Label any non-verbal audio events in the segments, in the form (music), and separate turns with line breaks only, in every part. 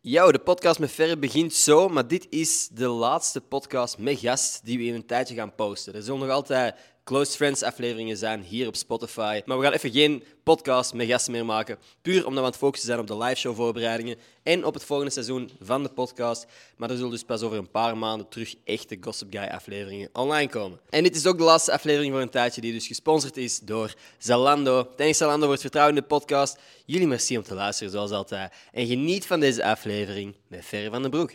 Yo, de podcast met Ferre begint zo, maar dit is de laatste podcast met gast die we in een tijdje gaan posten. Er zullen nog altijd Close Friends afleveringen zijn hier op Spotify, maar we gaan even geen podcast met gasten meer maken. Puur omdat we aan het focussen zijn op de liveshow voorbereidingen en op het volgende seizoen van de podcast. Maar er zullen dus pas over een paar maanden terug echte Gossip Guy afleveringen online komen. En dit is ook de laatste aflevering voor een tijdje die dus gesponsord is door Zalando. Thanks Zalando voor het vertrouwen in de podcast. Jullie merci om te luisteren zoals altijd. En geniet van deze aflevering met Ferre van den Broek.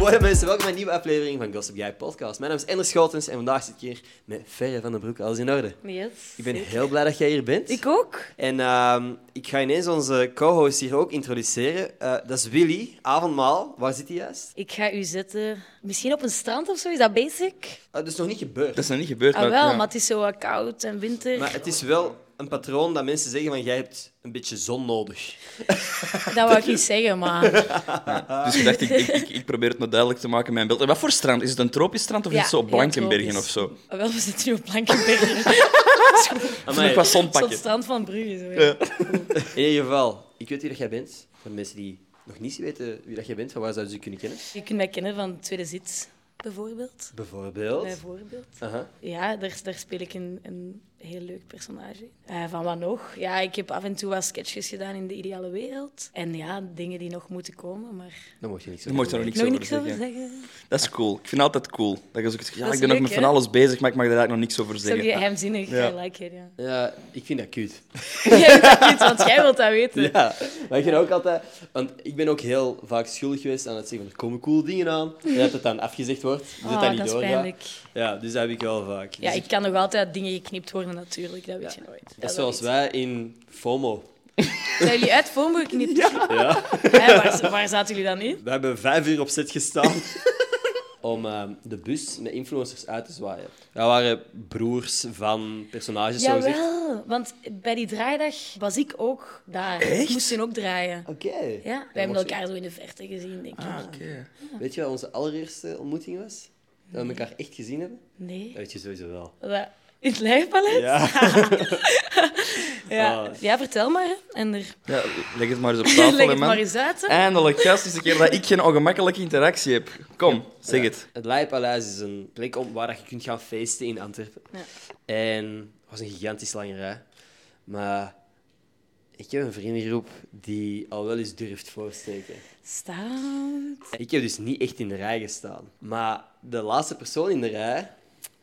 Hoi mensen, welkom bij een nieuwe aflevering van Gossip Guy Podcast. Mijn naam is Ender Schotens en vandaag zit ik hier met Ferre van den Broek. Alles in orde?
Yes.
Ik ben heel blij dat jij hier bent.
Ik ook.
En ehm, ik ga ineens onze co-host hier ook introduceren. Eh, dat is Willy, avondmaal. Waar zit hij juist?
Ik ga u zetten. Misschien op een strand of zo, is dat basic?
Ah, dat is nog niet gebeurd.
Dat is nog niet gebeurd.
ah, wel,
ja.
maar het is zo wat koud en winter.
Maar het is wel een patroon dat mensen zeggen van jij hebt een beetje zon nodig.
Dat wou ik niet zeggen,
(laughs)
maar
Dus ik dacht, ik, ik, ik, ik probeer het maar duidelijk te maken met mijn beeld. En wat voor strand? Is het een tropisch strand of
Ja,
is het zo op
heel
Blankenbergen
tropisch.
of zo?
Ah, wel, we zitten nu op
(laughs)
Blankenbergen.
Of nog wat zon
Zo'n
pakken?
strand van Brugge. Zo, ja.
In ieder geval, ik weet wie dat jij bent. Voor de mensen die nog niet weten wie dat jij bent, van waar zouden ze je kunnen kennen?
Je kunt mij kennen van Tweede Zit, bijvoorbeeld.
Bijvoorbeeld.
Bijvoorbeeld.
Aha.
Ja, daar, daar speel ik een, een heel leuk personage. in. Eh, van wat nog? Ja, ik heb af en toe wat sketches gedaan in de ideale wereld. En ja, dingen die nog moeten komen, maar
Dan mocht je niks
Daar mocht je nog
over
niks
nog
over
niks over
zeggen.
zeggen.
Dat is cool. Ik vind het altijd cool. Dat je zo kunt zeggen,
Dat
ja,
is
ik ben nog
leuk,
met van
hè?
alles bezig, maar ik mag daar eigenlijk nog niks over
Zo
zeggen. Ah,
geheimzinnig,
Ja.
I like it, ja. (laughs)
doen. Ja, ik vind dat cute.
Jij weet dat niet, want jij wilt dat weten. (laughs)
Ja, maar ik vind ook altijd... Want ik ben ook heel vaak schuldig geweest aan het zeggen van er komen coole dingen aan. En dat het dan afgezegd wordt, dus dat
Ah,
dat niet
dat is
doorgaat.
pijnlijk.
Ja, dus dat heb ik wel vaak.
Ja,
Dus
ik kan nog altijd dingen geknipt worden natuurlijk, dat weet je nooit.
dat is zoals
weet
wij in FOMO.
je. Zijn jullie uit Vormburg geknipt? (laughs)
Ja.
Hè, waar, waar zaten jullie dan in?
We hebben vijf uur op set
(laughs)
gestaan om ehm, de bus met influencers uit te zwaaien. Dat waren broers van personages, zo gezegd.
Jawel, want bij die draaidag was ik ook daar. Ik moest toen ook draaien.
Oké.
Ja, wij hebben elkaar zo in de verte gezien, denk ik.
Ah, oké.
Weet je wat onze allereerste ontmoeting was? Dat we elkaar echt gezien hebben?
Nee.
Dat weet je sowieso wel.
Wat? In het
(laughs)
lijfpalet? (laughs) Ja. Ja.
Ah.
vertel maar. hè. En er...
Ja, leg het maar
(laughs)
eens op
leg
tafel, hè,
het maar
man.
eens uit. hè.
Eindelijk, gast, is de keer dat ik geen ongemakkelijke interactie heb. Kom, zeg
Ja.
het.
Het Leipaleis is een plek om, waar je kunt gaan feesten in Antwerpen.
Ja.
En het was een gigantisch lange rij. Maar ik heb een vriendengroep die al wel eens durft voorsteken.
Staand.
Ik heb dus niet echt in de rij gestaan. Maar de laatste persoon in de rij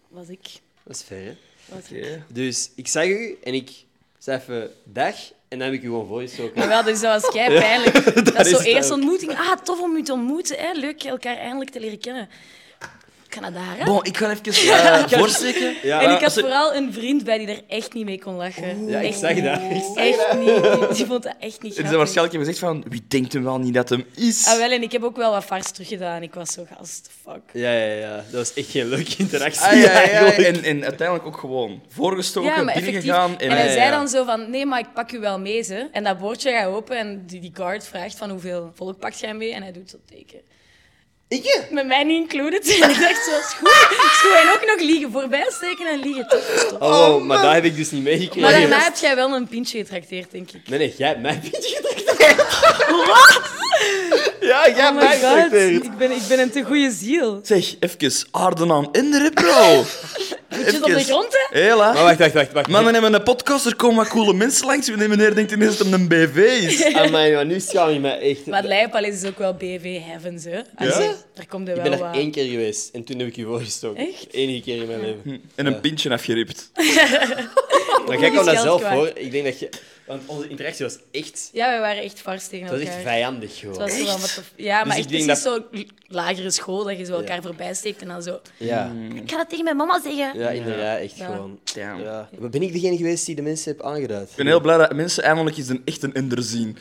Was ik.
was Ferre.
Was ik.
Dus ik zag u en ik zei even dag. En dan heb ik u gewoon voorgestoken.
Maar wel, dus dat was kei pijnlijk.
(laughs)
dat, is
is
zo
het
eerste
ook.
ontmoeting. Ah, tof om u te ontmoeten. Hè. Leuk elkaar eindelijk te leren kennen. Canada, hè?
Bon, ik ga
(laughs)
even eh voorsteken.
Ja,
en ik had
als-
vooral een vriend bij die er echt niet mee kon lachen.
Ja, ik
echt
zag
niet.
dat. Ik zag
Echt niet. Die, die vond dat
(laughs)
echt niet
Er
grappig.
zijn waarschijnlijk gezegd van, wie denkt hem wel niet dat hem is?
Ah, wel, en ik heb ook wel wat vars teruggedaan. Ik was zo gast. Fuck.
Ja, ja, ja. Dat was echt geen leuke interactie.
Ah, ja, ja, ja.
eigenlijk.
En, en uiteindelijk ook gewoon voorgestoken,
Ja, maar effectief.
binnengegaan.
En hij
ja,
zei
ja.
dan zo van, nee, maar ik pak u wel mee, ze. En dat bordje gaat open en die, die guard vraagt van hoeveel volk pakt jij mee? En hij doet zo'n teken.
Ik?
Met mij niet included. (laughs) En ik dacht zo, is goed. Is goed. En ook nog liegen. Voorbij steken en liegen. Tof, is tof.
Oh, maar dat heb ik dus niet meegekregen.
Maar daarna heb jij wel een pintje getrakteerd, denk ik.
Nee, nee, jij hebt mij niet gedrukt.
Ja, jij
Oh my god, ik ben, ik ben een te goede ziel.
Zeg, even aarden aan Indre, bro.
(laughs) Moet je het op de
Even.
grond, hè?
Maar
Hela.
wacht, wacht, wacht. wacht.
Mannen hebben een podcast, er komen wat coole mensen langs. Meneer, meneer denkt ineens dat het een BV (laughs) is.
Amai, maar nu schaam je mij echt.
Maar het Leipalis is ook wel BV Heavens, hè? Als je- Daar komt er
Ik
wel
ben er
wat.
één keer geweest en toen heb ik je voorgestoken.
Echt? Hm.
De enige keer in mijn leven.
En een pintje afgeript.
Maar jij
is
kwam dat
geld
zelf
kwijt.
voor. Ik denk dat je... Want onze interactie was echt...
Ja, wij waren echt vars tegen
Dat
elkaar.
was echt vijandig gewoon.
Het was zo van, wat de- Ja, maar
Dus ik denk
echt precies zo'n lagere school, dat je zo elkaar
Ja.
voorbij steekt en dan zo...
Ja.
Ik ga dat tegen mijn mama zeggen.
Ja, in de rij echt
Hm. Ja.
gewoon.
Damn.
Ja. Maar Ben ik degene geweest die de mensen heb aangeduid?
Ik ben heel blij dat mensen eindelijk eens een echte Inder zien.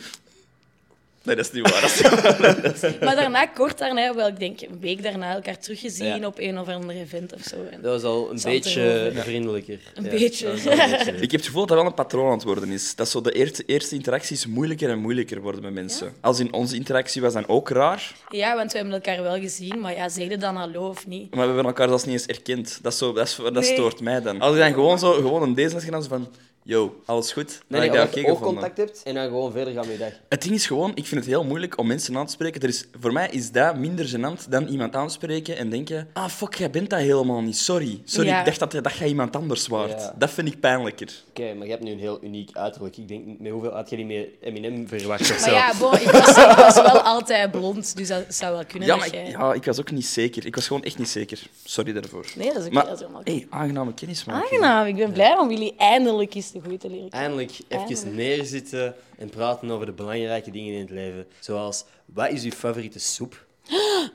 Nee, dat is niet waar. Dat is niet waar.
Maar daarna, kort daarna, hebben we wel, ik denk een week daarna, elkaar teruggezien
Ja.
op een of ander event of zo. En
Dat was al een
Zand
beetje
erover.
vriendelijker.
Een
Ja,
beetje.
dat was al een beetje.
(laughs) Ik heb het gevoel dat dat wel een patroon aan het worden is. Dat zo de eerste, eerste interacties moeilijker en moeilijker worden met mensen. Als in onze interactie was dan ook raar,
(laughs) Ja, want we hebben elkaar wel gezien, maar ja, zeiden dan hallo of niet?
maar we hebben elkaar zelfs niet eens erkend. Dat, is zo, dat, is- dat
Nee.
stoort mij dan. Als ik dan gewoon, zo, gewoon een deze had gedaan, zo van... Yo, alles goed? Dan
Nee,
had
nee,
ik dat
omdat je
oké
ook
gevonden.
contact hebt en dan gewoon verder gaan met je dag.
Het ding is gewoon, ik vind het heel moeilijk om mensen aan te spreken. Er is, voor mij is dat minder gênant dan iemand aanspreken en denken... Ah, fuck, jij bent dat helemaal niet. Sorry. Sorry,
Ja.
ik dacht dat, dat jij iemand anders waard.
Ja.
Dat vind ik pijnlijker.
Oké, maar je hebt nu een heel uniek uiterlijk. Ik denk, met hoeveel had je niet meer Eminem verwacht of
Maar
zo?
ja, bon, ik, was, ik was wel altijd blond, dus dat zou wel kunnen.
Ja,
dat
maar ik,
jij-
ja, ik was ook niet zeker. Ik was gewoon echt niet zeker. Sorry daarvoor.
Nee, dat is oké,
Maar-
dat is helemaal oké.
hey, aangename kennismaking.
Aangenaam, ik ben blij om jullie eindelijk eens de goede te leren kennen.
Eindelijk even
Eindelijk.
neerzitten en praten over de belangrijke dingen in het leven. Zoals, wat is uw favoriete soep?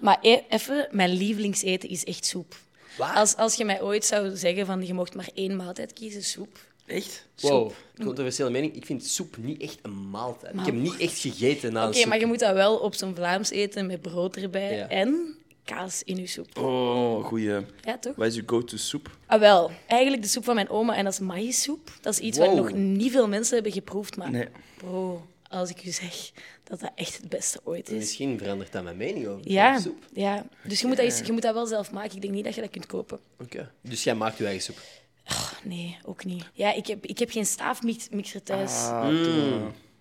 Maar e- even, mijn lievelingseten is echt soep. Als, als je mij ooit zou zeggen van je mocht maar één maaltijd kiezen, soep.
Ah,
Echt?
Wow, controversiële mening. Ik vind soep niet echt een maaltijd. Ik heb niet echt gegeten na een
Oké,
soep.
maar je moet dat wel op zo'n Vlaams eten met brood erbij
Ja.
en kaas in je soep.
Oh, goeie.
Ja, toch?
Wat is uw go-to soep?
Ah, wel. Eigenlijk de soep van mijn oma en dat is maïssoep. Dat is iets wat
Wow.
nog niet veel mensen hebben geproefd, maar
Nee.
bro, als ik u zeg dat dat echt het beste ooit is.
Misschien verandert dat mijn mening over
Ja,
soep.
ja. dus je moet, dat eens- je moet dat wel zelf maken. Ik denk niet dat je dat kunt kopen.
Oké. Dus jij maakt uw eigen soep.
Nee, ook niet. Ja, ik heb, ik heb geen staafmixer thuis.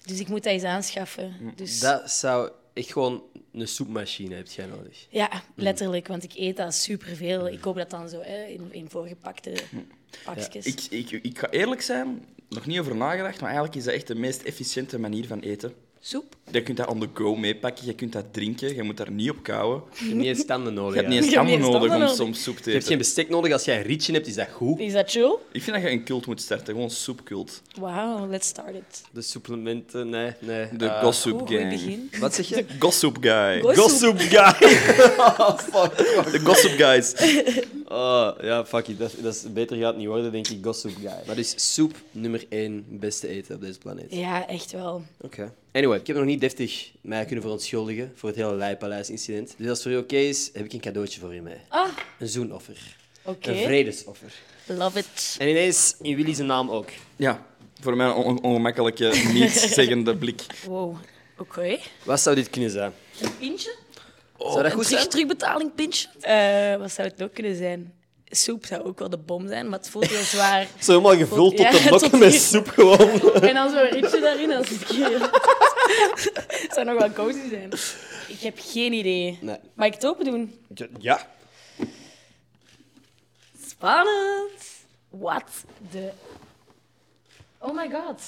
Dus ik moet dat eens aanschaffen. Dus,
Ah. Mm, Dat zou echt gewoon een soepmachine heb jij nodig.
Ja, letterlijk, want ik eet dat superveel. Ik koop dat dan zo hè, in, in voorgepakte pakjes.
Ik, ik, ik ga eerlijk zijn, nog niet over nagedacht, maar eigenlijk is dat echt de meest efficiënte manier van eten.
Soep?
Je kunt dat on the go meepakken, je kunt dat drinken, je moet daar niet op kauwen.
Je hebt niet eens tanden nodig.
Je hebt
eigenlijk.
niet eens
Je hebt niet eens
tanden nodig om
tanden
soms soep
Je
te
hebt
eten.
geen bestek nodig. Als jij een rietje hebt, is dat goed.
Is dat chill?
Ik vind dat je een cult moet starten, gewoon soepcult.
Wauw, let's start it.
De supplementen, nee, nee.
De
Eh,
gossip
Oeh, goed
gang.
begin.
Wat zeg je?
De Gossip guy.
Gossip-
Gossip guy.
(laughs) Oh, fuck.
De gossip guys.
Oh, ja, fuck it. Dat, dat is, beter gaat het niet worden, denk ik. Gossip guy. Maar dus soep nummer één beste eten op deze planeet.
Ja, echt wel.
Oké. Anyway, ik heb nog niet deftig mij kunnen verontschuldigen voor het hele Leipaleis-incident. Dus als het voor u oké is, heb ik een cadeautje voor u mee.
Ah,
Een zoenoffer.
oké.
Een vredesoffer.
Love it.
En ineens in Willy's naam ook.
Ja, voor mij een on- ongemakkelijke,
(laughs)
niet-zeggende blik.
Wow, oké.
Wat zou dit kunnen zijn?
Een pintje?
zou dat
Oh. Een
goed
terug-
zijn?
terugbetaling pintje? Eh, wat zou het nog kunnen zijn? Soep zou ook wel de bom zijn, maar het voelt heel zwaar.
(laughs) Zo helemaal gevuld tot
Ja,
de
tot
nokken
hier.
met soep gewoon.
En dan zo'n rietje daarin, als het keer. (laughs) Het zou nog wel cozy zijn. Ik heb geen idee.
Nee.
Mag ik het open doen?
Ja.
Spannend. Wat de... Oh my god.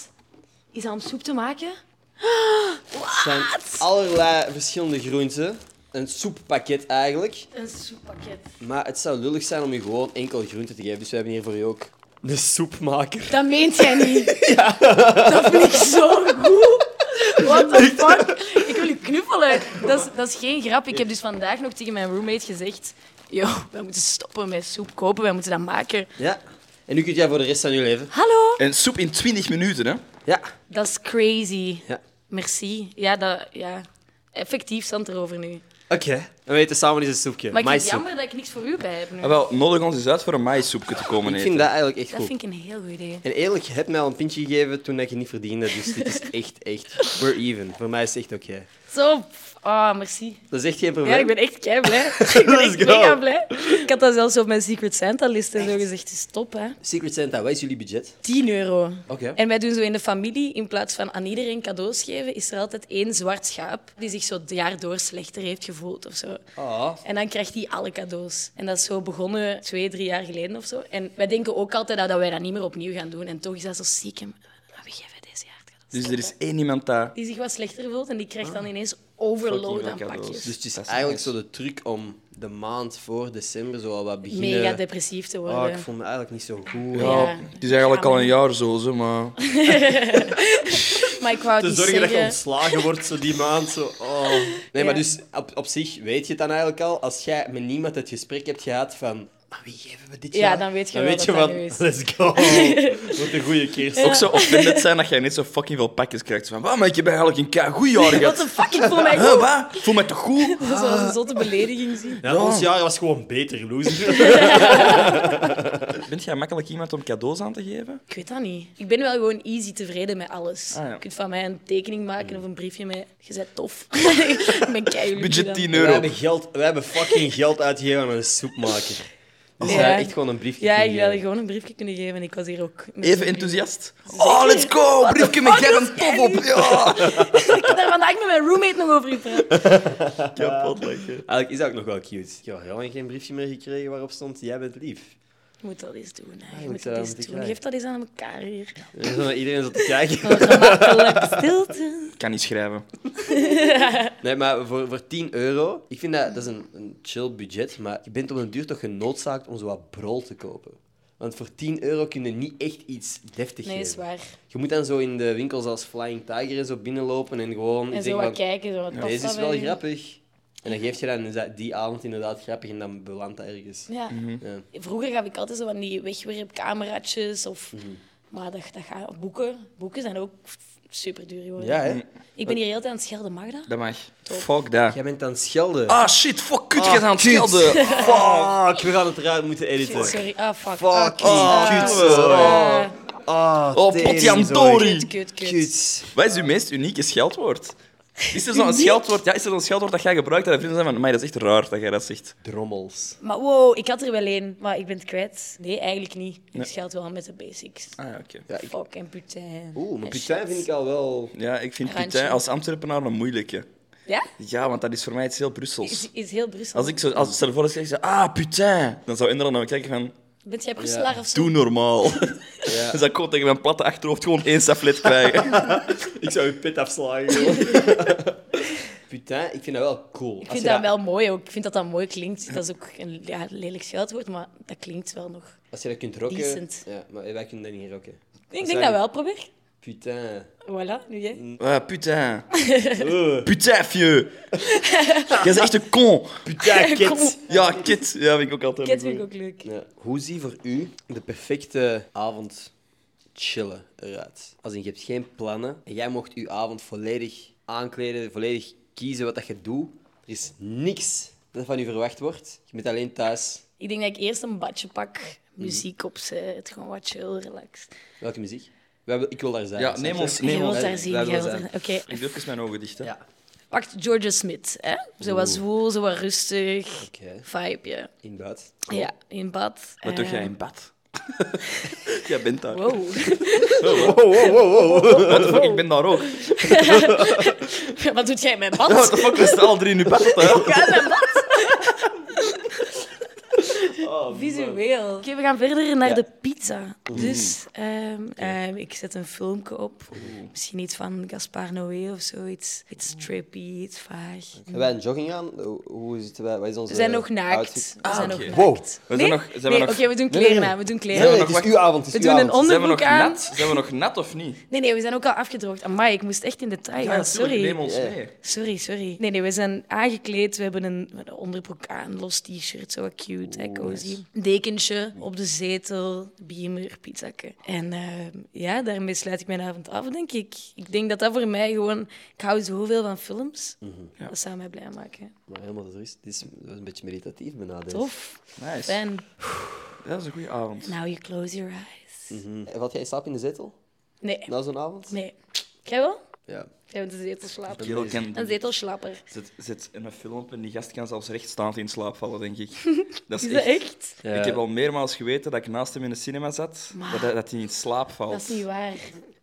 Is dat om soep te maken?
Het zijn allerlei verschillende groenten. Een soeppakket eigenlijk.
Een soeppakket.
Maar het zou lullig zijn om je gewoon enkel groenten te geven. Dus we hebben hier voor je ook een soepmaker.
Dat meent jij niet. Dat vind ik zo goed. What the fuck? Ik wil u knuffelen. Dat is, dat is geen grap. Ik heb dus vandaag nog tegen mijn roommate gezegd... Yo, wij moeten stoppen met soep kopen. Wij moeten dat maken.
Ja. En nu kunt jij voor de rest van je leven.
Hallo.
En soep in 20 minuten, hè?
Ja.
Dat is crazy.
Ja.
Merci. Ja, dat, ja. effectief stond erover nu.
Oké. We weten samen is een soepje.
Maar ik vind het
Maïssoep.
jammer dat ik niks voor u bij heb nu.
Ah, wel, nodig ons eens uit voor een maïssoepje te komen
Ik
eten.
vind dat eigenlijk echt
Dat
goed.
vind ik een heel goed idee.
En eerlijk, je hebt mij al een pintje gegeven toen dat je niet verdiende. Dus dit
(laughs)
is echt, echt. We're even. Voor mij is het echt oké.
Zo. pff, Ah, merci.
Dat is echt geen probleem.
Ja, ik ben echt kei blij. (laughs) ik ben echt
go.
mega blij. Ik had dat zelfs op mijn Secret Santa list en zo gezegd. Het is top, hè.
Secret Santa, wat is jullie budget?
10 euro.
Oké.
En wij doen zo in de familie, in plaats van aan iedereen cadeaus geven, is er altijd één zwart schaap die zich zo het jaar door slechter heeft gevoeld of zo.
Ah.
En dan krijgt hij alle cadeaus. En dat is zo begonnen twee, drie jaar geleden of zo. En wij denken ook altijd dat, dat wij dat niet meer opnieuw gaan doen. En toch is dat zo ziek. En we geven deze jaar het cadeaus.
Dus er is één iemand dat...
Die zich wat slechter voelt en die krijgt dan ineens overload aan
Fucking veel cadeaus.
pakjes.
Dus het is
Dat is
eigenlijk
nice.
zo de truc om de maand voor december zo al wat beginnen.
Mega depressief te worden.
Ah, ik vond me eigenlijk niet zo goed.
Ja,
Ja.
het is eigenlijk al een
Ja,
jaar zo, ze, maar...
Maar ik wou het niet zeggen.
ontslagen wordt zo die maand. Zo. Oh. Nee,
Ja.
maar dus op, op zich weet je het dan eigenlijk al. Als jij met niemand het gesprek hebt gehad van Maar wie geven we dit
Ja,
jaar?
dan weet je wel
weet
dat
je
dat
wat.
nu is.
Let's
(laughs)
go. Wat een goede keer.
Ook zo (laughs) offended zijn dat jij net zo fucking veel pakjes krijgt. Zo Van, wat, maar ik heb eigenlijk een kei goed jaar
What
(laughs) gehad.
the fuck, ik
(laughs)
voel mij
Huh,
goed.
wat? Voel me toch goed?
Dat is wel een zotte belediging zien.
Ja, Ons jaar was gewoon beter, loser.
Bent jij makkelijk iemand om cadeaus aan te geven?
Ik weet dat niet. Ik ben wel gewoon easy tevreden met alles.
Ah, ja.
Je kunt van mij een tekening maken of een briefje met... Je bent tof. (laughs) ik ben keihard.
Budget 10
Wij
euro.
hebben, geld, wij hebben fucking geld uitgegeven aan een soepmaker. Dus
Ja.
hij heeft echt gewoon een briefje
Ja, ik
kunnen
wilde
geven.
gewoon een briefje kunnen geven en ik was hier ook... met
Even
zo'n brief.
enthousiast. Oh, let's go! Briefje met jij bent top op. Ja!
Ik heb daar vandaag met mijn roommate nog over gepraat.
Kapot lekker.
Eigenlijk is dat ook nog wel cute. Ik heb al heel lang geen briefje meer gekregen waarop stond, jij bent lief.
Je moet dat eens doen. Hè.
je
Je
Ah, moet
moet dat
dat-
eens
moet ik
doen.
krijgen.
Geef dat eens aan elkaar hier.
En dan zat iedereen zat te
(laughs)
kijken.
Gemakkelijk stilte.
Ik kan niet schrijven.
Nee, maar voor, voor 10 euro, ik vind dat, dat is een, een chill budget, maar je bent op een duur toch genoodzaakt om zo wat brol te kopen. Want voor 10 euro kun je niet echt iets deftig
Nee, is
geven.
waar.
Je moet dan zo in de winkels als Flying Tiger en zo binnenlopen en gewoon
En zo
zeggen
wat
van,
kijken. Zo wat past
deze
dat
is wel
bij je?
grappig. En dan geef je dan za- die avond inderdaad grappig en dan belandt dat ergens.
Ja.
Ja.
Vroeger gaf ik altijd zo van die wegwerpcameraatjes. Of... Maar dat, dat gaat... Boeken. Boeken zijn ook super duur geworden.
Ja, hè?
Ik ben hier heel de tijd aan het schelden, mag dat?
Dat mag. Fuck dat.
Mm. Jij bent aan het schelden.
Ah shit, fuck kut, jij bent aan het
kut.
(laughs) schelden.
Fuck, we gaan het eruit moeten editen.
Sorry. Ah, fuck. Ah,
Fucking
ah,
kut,
ah,
sorry.
ah.
Ah,
Oh,
tering,
potjandori.
sorry.
Kut, kut, kut.
Kut.
Wat is uw meest unieke scheldwoord? Is er zo'n
Uniek?
scheldwoord, ja, is er zo'n scheldwoord dat jij gebruikt dat vrienden zijn van, maar dat is echt raar dat jij dat zegt.
Drommels.
Maar wow, ik had er wel één, maar ik ben het kwijt. Nee, eigenlijk niet. Ik scheld wel met de basics.
Ah ja, oké.
Ja, ik...
Fuck en putain.
Oeh, maar
En
putain
shit.
vind ik al wel...
Ja, ik vind
Randje.
putain als Antwerpenaar een moeilijke.
Ja?
Ja, want dat is voor mij iets heel Brussels.
Is, is heel Brussel.
Als ik zo, als stel voor dat ik zeg, ah putain, dan zou Indra naar me kijken van,
Bent jij Brusselaar of zo?
doe normaal.
Ja.
(laughs) Dus dat komt tegen mijn platte achterhoofd gewoon één
(laughs)
saflet krijgen.
Ik zou je pit afslagen. (laughs) putain, ik vind dat wel cool.
Ik vind dat wel mooi ook. Ik vind dat dat mooi klinkt. Dat is ook een ja, lelijk scheldwoord, maar dat klinkt wel nog.
Als je dat kunt rocken...
Decent.
Ja, maar wij kunnen dat niet rocken.
Ik
zou
denk
je-
dat wel, probeer.
Putain.
Voilà, nu jij.
Ah, putain.
Oeh,
Putain,
(laughs)
vieux. Jij is echt een con.
putain,
Kom.
kut.
Ja, kid. Ja, vind ik ook altijd
Ket vind ik ook leuk.
Ja. Hoe ziet voor u de perfecte avond chillen eruit? Als in, je hebt geen plannen en jij mocht je avond volledig aankleden, volledig kiezen wat dat je doet. Er is niks dat van u verwacht wordt. Je bent alleen thuis.
Ik denk dat ik eerst een badje pak,
Mm.
muziek opzet, gewoon wat chill, relaxed.
Welke muziek? Wij wil- Ik wil daar zijn.
Ja,
snap
neem
je?
ons-
Jij
maar
wilt
wij-
daar zien,
wij
jij
willen
wilt daar...
zijn.
Oké,
Ik doe even mijn ogen dicht, hè.
Ja,
pak Georgia Smith, hè. Zo wat zwoel, zo wat rustig,
Oké.
vibeje.
in bad.
Ja, in bad.
Oh.
eh,
Wat doe jij in bad? jij bent daar.
Wow.
Eh.
(laughs)
Wow, wow, wow, wow.
What the fuck, ik ben daar ook.
Wat doet jij in mijn bad?
(laughs) What the fuck, we staan al drie in uw bed, hè.
Ja, mijn bad. Oh, Visueel. Oké, we gaan verder naar
Ja.
de pizza. Dus ehm, ehm, ik zet een filmpje op. Misschien iets van Gaspar Noé of zoiets. Iets trippy, iets vaag.
Hebben wij een jogging aan? Hoe- Hoe zitten wij? Wat is onze
We zijn nog naakt.
outfit?
We zijn
oké.
nog
Wow.
naakt.
Eh, We zijn
nee?
nog- zijn we
nee,
nog-
Oké, we doen
Nee, nee,
kleren
nee.
aan. We doen
Nee,
kleren
nee,
aan.
het is uw avond. het
We
is
doen
uw
een
avond.
Zijn we nog
onderbroek aan.
nat? Zijn we nog nat of niet?
Nee, nee, we zijn ook al afgedroogd. Amai, ik moest echt in detail gaan.
natuurlijk,
Sorry.
Neem ons
Ja.
mee.
Sorry, sorry. Nee, nee, we zijn aangekleed. We hebben een, een onderbroek aan, los t-shirt, zo wat cute, hè, cozy. Dekentje op de zetel, beamer, pizzakken. En ehm, ja, daarmee sluit ik mijn avond af, denk ik. Ik denk dat dat voor mij gewoon... Ik hou zoveel van films. Dat zou mij blij maken.
Maar helemaal dat is. Dit is dat was een beetje meditatief benaderd.
Tof.
Nice.
Ben,
Dat is een goede avond.
now you close your eyes.
Hm. Valt jij in slaap in de zetel?
Nee,
Nou.
Na zo'n avond?
nee. Jij wel?
Ja.
Jij bent een zetelslaper.
Kerel kan-
Een zetelslapper.
Zit, zit in een film en die gast kan zelfs rechtstaand in slaap vallen, denk ik. Dat is,
Is dat
echt...
echt?
Ja.
Ik heb al meermaals geweten dat ik naast hem in de cinema zat, dat, hij- dat hij in slaap valt.
Dat is niet waar.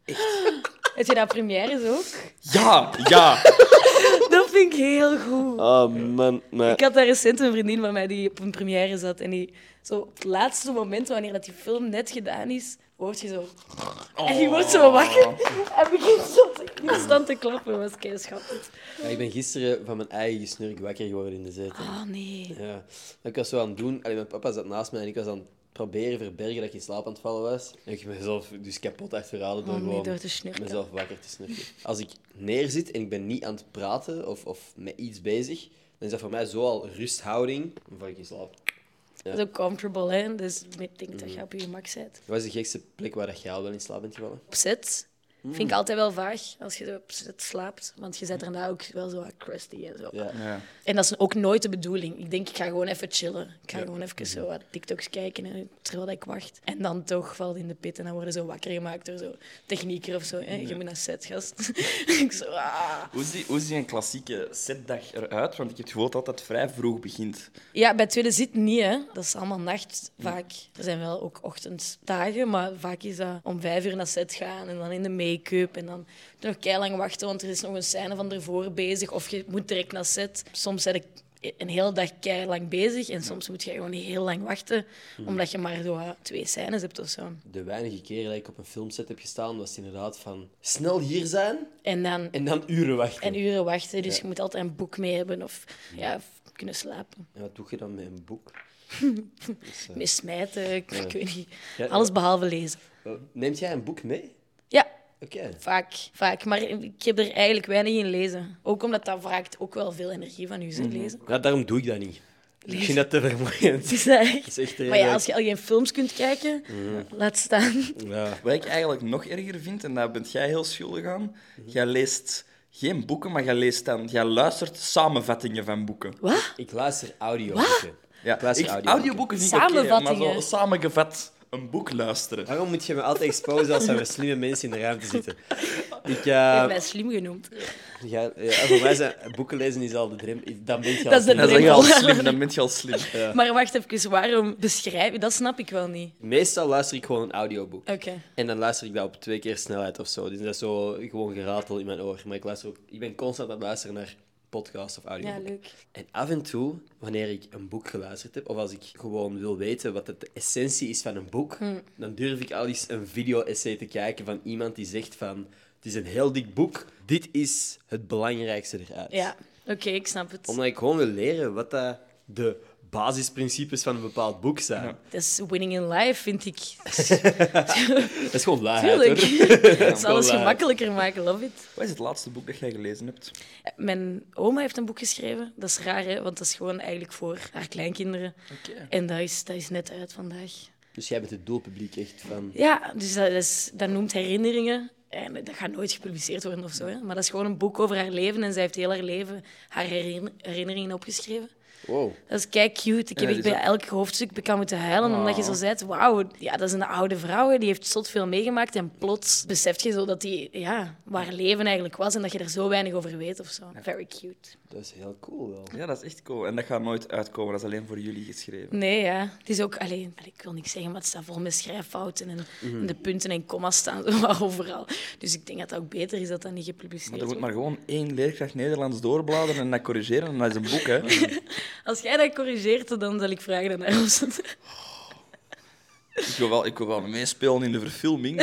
(gasps) Heb je dat premières ook?
Ja, ja.
(laughs) Dat vind ik heel goed.
Oh man, maar...
Ik had daar recent een vriendin van mij die op een première zat. En die, zo op het laatste moment, wanneer dat die film net gedaan is, hoort je zo... En die wordt zo wakker en begint zo te- constant te klappen. Dat was keischapend.
Ja, ik ben gisteren van mijn eigen snurk wakker geworden in de zetel.
Oh, nee.
Ja. Ik was zo aan het doen. Allee, mijn papa zat naast mij en ik was aan het proberen verbergen dat ik in slaap aan het vallen was. En ik mezelf dus kapot achterhaalde door
Oh, nee,
gewoon
door te snurken.
mezelf wakker te snurken. Als ik neerzit en ik ben niet aan het praten of, of met iets bezig, dan is dat voor mij zo al rusthouding. Dan val ik in slaap.
Dat is ook comfortable, hè? Dus ik denk dat je op je gemak bent.
Wat is de gekste plek waar dat jij al wel in slaap bent gevallen?
Op zit vind ik altijd wel vaag als je op zit slaapt. Want je bent daarna ook wel zo wat crusty en zo.
Ja.
Ja.
En dat is ook nooit de bedoeling. Ik denk, ik ga gewoon even chillen. Ik ga gewoon even zo wat TikToks kijken eh, terwijl ik wacht. En dan toch valt in de pit en dan worden ze wakker gemaakt door zo'n technieker of zo. Hè? Je moet naar set, gast. (laughs) ik zo, ah.
Hoe ziet hoe ziet een klassieke setdag eruit? Want ik heb het gevoel dat dat vrij vroeg begint.
Ja, bij tweede zit niet, hè. Dat is allemaal nacht, vaak. Er zijn wel ook ochtenddagen, maar vaak is dat om vijf uur naar set gaan en dan in de make-up en dan nog lang wachten, want er is nog een scène van ervoor bezig of je moet direct naar set. Soms ben ik een hele dag lang bezig en soms moet je gewoon heel lang wachten,
Hmm.
omdat je maar zo eh, twee scènes hebt of zo.
De weinige keren dat ik op een filmset heb gestaan, was het inderdaad van snel hier zijn
En dan
en dan uren wachten.
en uren wachten, dus
Ja.
je moet altijd een boek mee hebben of, ja, of kunnen slapen.
En wat doe je dan met een boek? Dus, eh,
Mee smijten, ik, ik weet niet.
Ja,
Alles behalve lezen.
eh, Neemt jij een boek mee?
Ja,
Oké.
Vaak, vaak. Maar ik heb er eigenlijk weinig in lezen. Ook omdat dat vraagt ook wel veel energie van u, zit lezen. (laughs)
Ja, daarom doe ik dat niet. Ik vind dat te vermoeiend.
Het is echt...
Dat is echt Mhm. heel
Maar ja,
leuk.
als je al geen films kunt kijken, laat staan. (laughs)
Ja.
Wat ik eigenlijk nog erger vind, en daar bent jij heel schuldig aan, jij leest geen boeken, maar jij, leest dan, jij luistert samenvattingen van boeken.
Wat?
Ik luister audioboeken.
Ja,
Ik luister
ik-
audioboeken.
audioboeken vind ik oké, maar zo
Samenvattingen.
samengevat een boek luisteren.
Waarom moet je me altijd exposen als er weer slimme mensen in de ruimte zitten?
(laughs)
Ik,
Je hebt
eh
mij slim genoemd.
ja, ja, voor mij zijn boeken lezen is al de drempel. Dan ben je al
Dat is de
slim.
Dan ben je
drempel.
al slim, dan ben je al slim. (laughs)
Maar wacht even, waarom beschrijf je? Dat snap ik wel niet.
Meestal luister ik gewoon een audioboek.
Oké.
En dan luister ik dat op twee keer snelheid of zo. Dus dat is zo gewoon geratel in mijn oor. Maar ik, luister ook, ik ben constant aan het luisteren naar podcasts of
Ja,
audioboeken.
leuk.
En af en toe, wanneer ik een boek geluisterd heb, of als ik gewoon wil weten wat het de essentie is van een boek,
Hm.
dan durf ik al eens een video-essay te kijken van iemand die zegt van... Het is een heel dik boek. Dit is het belangrijkste eruit.
Ja, oké, ik snap het.
Omdat ik gewoon wil leren wat dat de basisprincipes van een bepaald boek zijn.
Dat is winning in life, vind ik.
Dat is gewoon laagheid,
Tuurlijk.
hoor.
(laughs) Het zal alles
Voilà.
gemakkelijker maken, love it.
Wat is het laatste boek dat jij gelezen hebt?
Mijn oma heeft een boek geschreven. Dat is raar, hè? want dat is gewoon eigenlijk voor haar kleinkinderen.
Oké.
En dat is, dat is net uit vandaag.
Dus jij bent het doelpubliek echt van...
Ja, dus dat, is, dat noemt herinneringen. En dat gaat nooit gepubliceerd worden of zo. Hè? Maar dat is gewoon een boek over haar leven. En zij heeft heel haar leven haar herin- herinneringen opgeschreven.
Wow.
Dat is kijk cute. Ik heb
Ja,
echt
die
bij
is
elk hoofdstuk bekam moeten huilen. Omdat je zo zei, wauw, ja, dat is een oude vrouw. hè, Die heeft zot veel meegemaakt. En plots beseft je zo dat die, ja, waar haar leven eigenlijk was. En dat je er zo weinig over weet of zo. Very cute.
Dat is heel cool
(laughs)
wel.
Ja, dat is echt cool. En dat gaat nooit uitkomen, dat is alleen voor jullie geschreven.
Nee, ja. Het is ook alleen, ik wil niks zeggen, maar het staat vol met schrijffouten. En
Mhm.
de punten en commas staan (laughs) zo maar overal. Dus ik denk dat het ook beter is dat dat niet
Maar
gepubliceerd
er moet
wordt.
maar gewoon één leerkracht Nederlands doorbladeren en dat corrigeren, en dat is een boek, hè.
Als jij dat corrigeert, dan zal ik vragen aan haar of (laughs) ze-
Ik wil wel, ik wil wel meespelen in de (laughs) verfilming.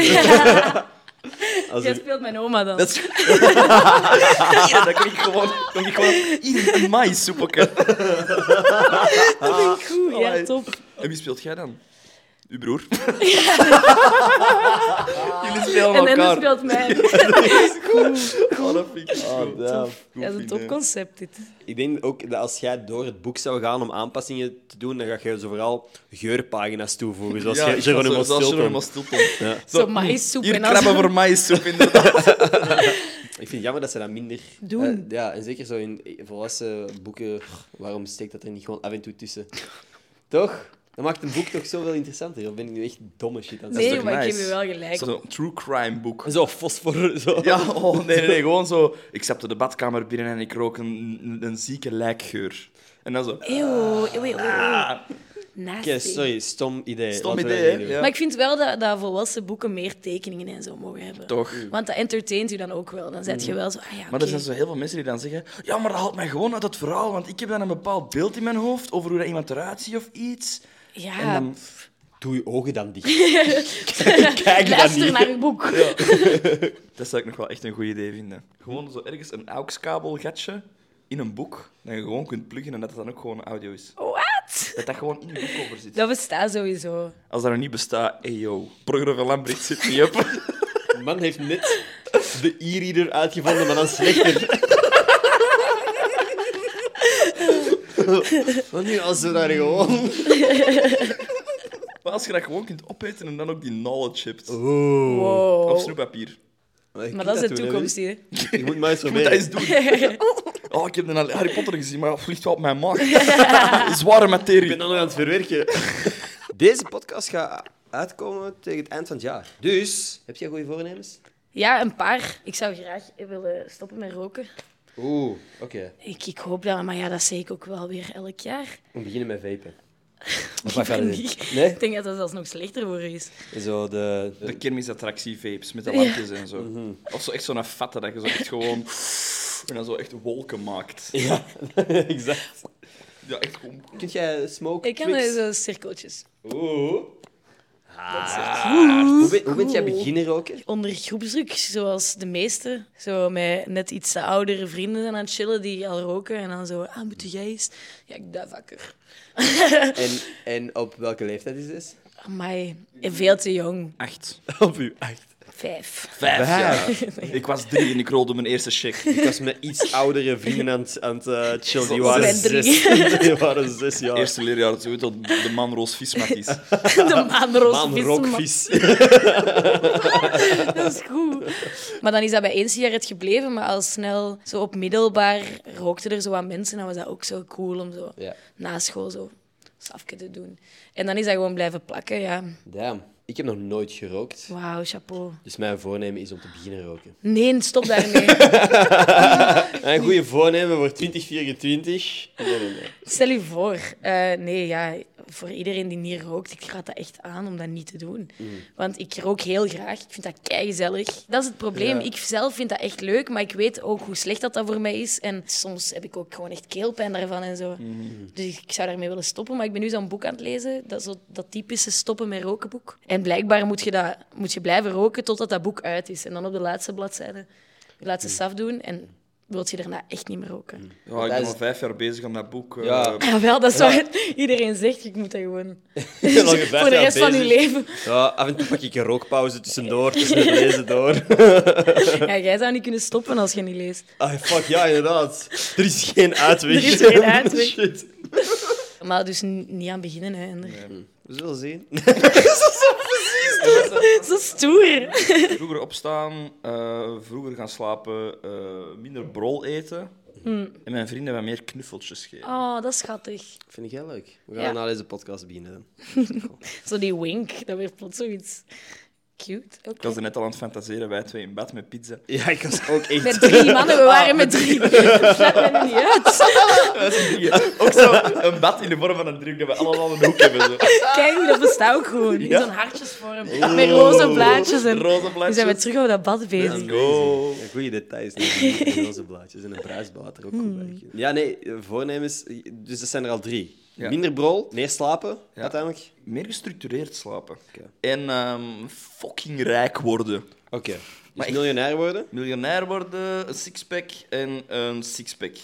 Als
Jij
er-
speelt mijn oma dan.
Dat is... ja, dan kan ik gewoon, kan ik gewoon in de maïssoep pakken.
Dat vind ik goed. Ja,
Allee.
top.
En wie speelt jij dan? Uw (laughs) broer. Jullie spelen
En Ende
elkaar.
speelt
(laughs)
mij.
Oh, dat vind ik
Oh,
goed.
damn.
Goed
Dat is een
idee.
topconcept, dit.
Ik denk ook dat als jij door het boek zou gaan om aanpassingen te doen, dan ga je zo vooral geurpagina's toevoegen, zoals
Ja,
ja, Geronimo
zoals Geronimo
Stilton.
Stilton.
Zo maïssoep
Hier
en als-
krabben voor maïssoep, inderdaad.
Ik vind het jammer dat ze dat minder
Doen.
Eh, ja, en zeker zo in volwassen boeken. Waarom steekt dat er niet gewoon af en toe tussen? Toch? Dat maakt een boek toch zoveel interessanter? Of ben ik nu echt domme shit aan het
Nee,
zeggen?
maar ik
nice?
heb je wel gelijk.
Zo'n true crime boek.
Zo fosfor, zo.
(laughs) Ja, oh nee, nee, nee, gewoon zo. Ik stapte de badkamer binnen en ik rook een, een, een zieke lijkgeur. En dan zo.
Eeuw, eeuw, eeuw, eeuw.
Ah,
Nasty.
Oké, sorry, stom idee.
Stom
Laten we dat
idee,
niet
hè?
doen.
Ja.
Maar ik vind wel dat, dat volwassen boeken meer tekeningen en zo mogen hebben.
toch. Mhm.
Want dat entertaint u dan ook wel. Dan zet je wel zo, ah ja,
Maar
oké.
er zijn zo heel veel mensen die dan zeggen: Ja, maar dat haalt mij gewoon uit het verhaal, want ik heb dan een bepaald beeld in mijn hoofd over hoe dat iemand eruit ziet of iets.
Ja,
En dan,
Doe je ogen dan
(laughs)
dicht. Kijk dan
luister
niet.
naar een boek.
dat zou ik nog wel echt een goed idee vinden. Gewoon zo ergens een AUX-kabelgatje in een boek, dat je gewoon kunt pluggen en dat het dan ook gewoon audio is.
Wat?
Dat dat gewoon in de boekcover zit.
Dat bestaat sowieso.
Als dat nog niet bestaat, hey yo, Progre van Lambrecht zit niet op.
De man heeft net de e-reader uitgevonden, maar dan slechter. Want nu als ze daar gewoon.
Maar als je dat gewoon kunt opeten en dan ook die knowledge chips
Oh.
Wow.
Op snoeppapier.
Oh, Maar dat is de toekomst hier.
Je moet maar eens
Ik moet dat
proberen.
eens
(laughs)
doen. Oh, ik heb een Harry Potter gezien, maar dat vliegt wel op mijn maag. Zware materie.
Ik ben dat nog aan het verwerken. Deze podcast gaat uitkomen tegen het eind van het jaar. Dus, heb jij goede voornemens?
Ja, een paar. Ik zou graag willen stoppen met roken.
Oeh, oké.
Ik, ik hoop dat, maar ja, dat zie ik ook wel weer elk jaar.
We beginnen met vapen. Of
Liever
verder
niet.
niet. Nee?
Ik denk dat dat zelfs nog slechter voor u is.
Zo de...
De kermisattractie vapes met de lampjes en zo. Mhm. Of zo echt zo'n fatte dat je zo echt gewoon. En dan zo echt wolken maakt.
Ja, (laughs) exact.
Ja, echt gewoon.
Kun jij smoke
Ik kan
twigs?
eh, zo cirkeltjes.
Oeh. Ah. Hoe, ben, hoe bent jij
Cool.
beginnerroker?
Onder groepsdruk, zoals de meesten. Zo met net iets te oudere vrienden zijn aan het chillen die al roken. En dan zo, ah, moet jij eens? Ja, ik ben wakker.
En, en op welke leeftijd is dit?
Amai, eh, veel te jong.
Echt.
Op u, echt.
Vijf.
Vijf
Vijf.
jaar. (laughs) Ik was drie en ik rolde mijn eerste check.
Ik was met iets oudere vrienden aan het, aan het eh, chillen. Die
Ik
waren,
ben drie.
zes, (laughs) die waren zes jaar.
Eerste leerjaar, dat weet dat de man roos vismat
(laughs)
is.
De maanroze
Maan,
vissen, man.
rookvis.
Dat is goed. Maar dan is dat bij één sigaret gebleven, maar al snel, zo op middelbaar, rookten er zo wat mensen. Dan was dat ook zo cool om zo
Ja.
na school zo safke te doen. En dan is dat gewoon blijven plakken, ja.
Damn. Ik heb nog nooit gerookt.
Wauw, chapeau.
Dus mijn voornemen is om te beginnen roken.
Nee, stop daarmee.
Een goede voornemen voor
(laughs)
2024. Nee, nee, nee.
Stel je voor, eh, nee, ja, voor iedereen die niet rookt, ik raad dat echt aan om dat niet te doen. Want ik rook heel graag, ik vind dat gezellig. Dat is het probleem.
Ja.
Ik zelf vind dat echt leuk, maar ik weet ook hoe slecht dat, dat voor mij is. En soms heb ik ook gewoon echt keelpijn daarvan en zo. Dus ik zou daarmee willen stoppen, maar ik ben nu zo'n boek aan het lezen, dat, zo, dat typische stoppen met roken boek. En blijkbaar moet je, dat, moet je blijven roken totdat dat boek uit is. En dan op de laatste bladzijde de laatste saf doen en wilt je daarna echt niet meer roken.
Ja, ik ben al vijf jaar bezig aan dat boek. eh,
Ja.
Ja, wel, dat is wat iedereen zegt. Ik moet dat gewoon
Nog een vijf jaar
voor de rest van
bezig.
uw leven.
Ja, af en toe pak ik een rookpauze tussendoor, tussen het lezen
(laughs)
door.
Ja, jij zou niet kunnen stoppen als je niet leest.
Ah, fuck, ja, inderdaad. Er is
(laughs)
geen uitweg.
Er is
(laughs)
geen uitweg.
Shit.
Maar dus n- niet aan beginnen, hè. Ender.
We zullen zien.
(laughs) Zo stoer.
Vroeger opstaan, eh, vroeger gaan slapen, eh, minder brol eten. En mijn vrienden wat meer knuffeltjes geven.
Oh, dat is schattig.
Vind ik heel leuk. We gaan
Ja.
na deze podcast beginnen.
Zo die wink, dat werd plots zoiets cute. Oké.
Ik was er net al aan het fantaseren, wij twee in bad met (laughs) pizza.
Ja, ik was ook echt...
Met drie mannen, we waren met drie. Dat slaat mij nu niet uit.
(laughs) Ook zo een bad in de vorm van een druk, dat we allemaal een hoek hebben. Zo.
Kijk, dat bestaat ook gewoon. In
Ja.
zo'n hartjesvorm. Met roze blaadjes. En...
Roze
Nu zijn we
blaadjes.
terug op dat bad bezig.
Let's
go.
Ja, goede details. nee. En Roze blaadjes en een bruisblaad. Ook goed werk. Ja, nee, eh, voornemens. Dus dat zijn er al drie.
Ja.
Minder brol, meer slapen, uiteindelijk.
Meer gestructureerd slapen.
Oké.
En ehm, fucking rijk worden.
Oké. Dus
ik-
miljonair worden.
Miljonair worden, een sixpack en een sixpack.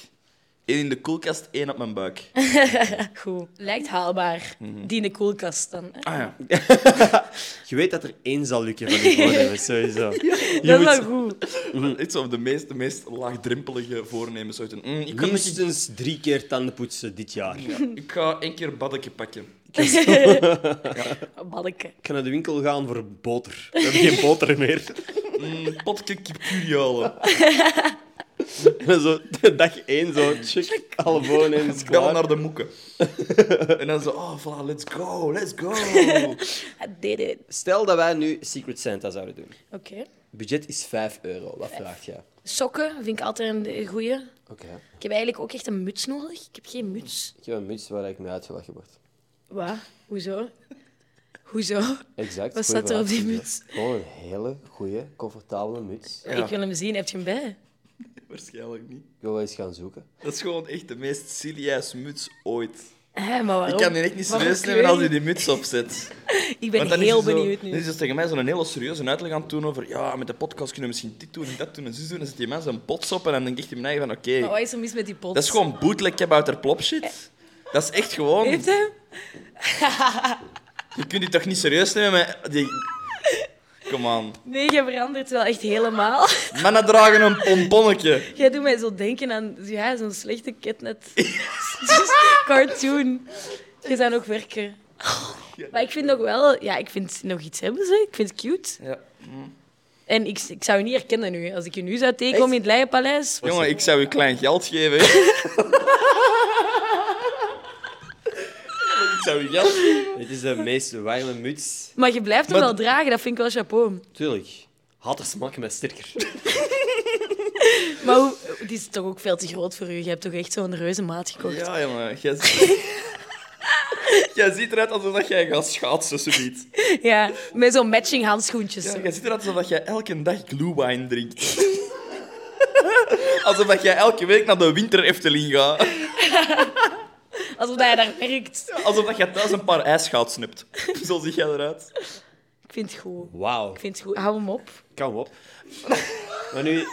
Eén in de koelkast, één op mijn buik.
Ah, Goed. Lijkt haalbaar. Die in de koelkast dan.
Ah ja.
Je weet dat er één zal lukken (laughs) van die voornemens, sowieso. Je
Dat is
moet
wel goed.
(laughs) Iets of de meest, de meest laagdrempelige voornemens uit een... Mm, ik, kan ik,
minstens drie keer tanden poetsen dit jaar.
ik ga één keer baddeke pakken. (laughs)
Baddeke.
Ik ga naar de winkel gaan voor boter. We hebben geen boter meer. (laughs)
Een Mm, potje kipcurry halen.
En zo, dag één, zo, check, alle voornemens
Bellen
klaar.
naar de moeken. en dan zo, oh, voilà, let's go, let's go.
I did it.
Stel dat wij nu Secret Santa zouden doen.
Oké.
Budget is 5 euro, wat vraag jij?
Sokken vind ik altijd een goeie.
Oké.
Ik heb eigenlijk ook echt een muts nodig. Ik heb geen muts.
Ik heb een muts waar ik mee uitgelachen word.
Wat? Hoezo? Hoezo?
Exact. goeie
Wat staat er op
vraag.
die muts?
Gewoon een hele goede, comfortabele muts.
Ja.
Ik wil hem zien. Heb je hem bij?
Waarschijnlijk niet.
Ik wil wel eens gaan zoeken.
Dat is gewoon echt de meest silly ass muts ooit.
Hè, maar waarom?
Ik kan die echt niet
Waarom
serieus
kleur
nemen als
je?
je die muts opzet.
Ik ben
Want dan is
heel
hij zo-
benieuwd
Dan
nu.
is hij tegen mij zo'n hele serieuze uitleg aan het doen over... Ja, met de podcast kunnen we misschien dit doen en dat doen en zo doen. Dan zet die mij zo'n bots op en dan denk ik in mijn eigen van... Oké,
Maar wat is er mis met die pot?
dat is gewoon bootleg kabouter plop shit.
Eh.
Dat is echt gewoon...
Heeft hij?
Je kunt die toch niet serieus nemen met die... Come on.
Nee, jij verandert wel echt helemaal.
Mannen dragen een pomponnetje.
Jij doet mij zo denken aan ja, (laughs) zo'n slechte ketnet Het is cartoon. Je bent ook werken. Maar ik vind ook wel... Ja, ik vind nog iets hebben ze. Ik vind het cute.
Ja.
En ik, ik zou je niet herkennen nu. Als ik je nu zou tegenkomen in het Leienpaleis...
Jongen, ik zou u klein geld geven. ik zou u geld geven.
Dit is de meest warme muts.
Maar je blijft hem
Maar-
wel dragen. Dat vind ik wel chapeau.
Tuurlijk. Had er smaken met sterker.
Maar hoe, die is toch ook veel te groot voor u. Je hebt toch echt zo'n reuze maat gekocht.
Ja, jongen. Jij ziet... jij ziet eruit alsof dat jij gaat schaatsen, zoiets.
(laughs) Ja, met zo'n matching handschoentjes.
Ja,
zo.
jij ziet eruit alsof dat jij elke dag glue wine drinkt. alsof dat jij elke week naar de winter Efteling gaat.
Alsof dat je daar werkt.
Alsof dat jij thuis een paar ijsschaatsen hebt. Zo ziet jij eruit.
Ik vind het goed.
Wauw.
Ik vind het goed. Hou hem
(laughs)
op.
Kom op. Maar nu...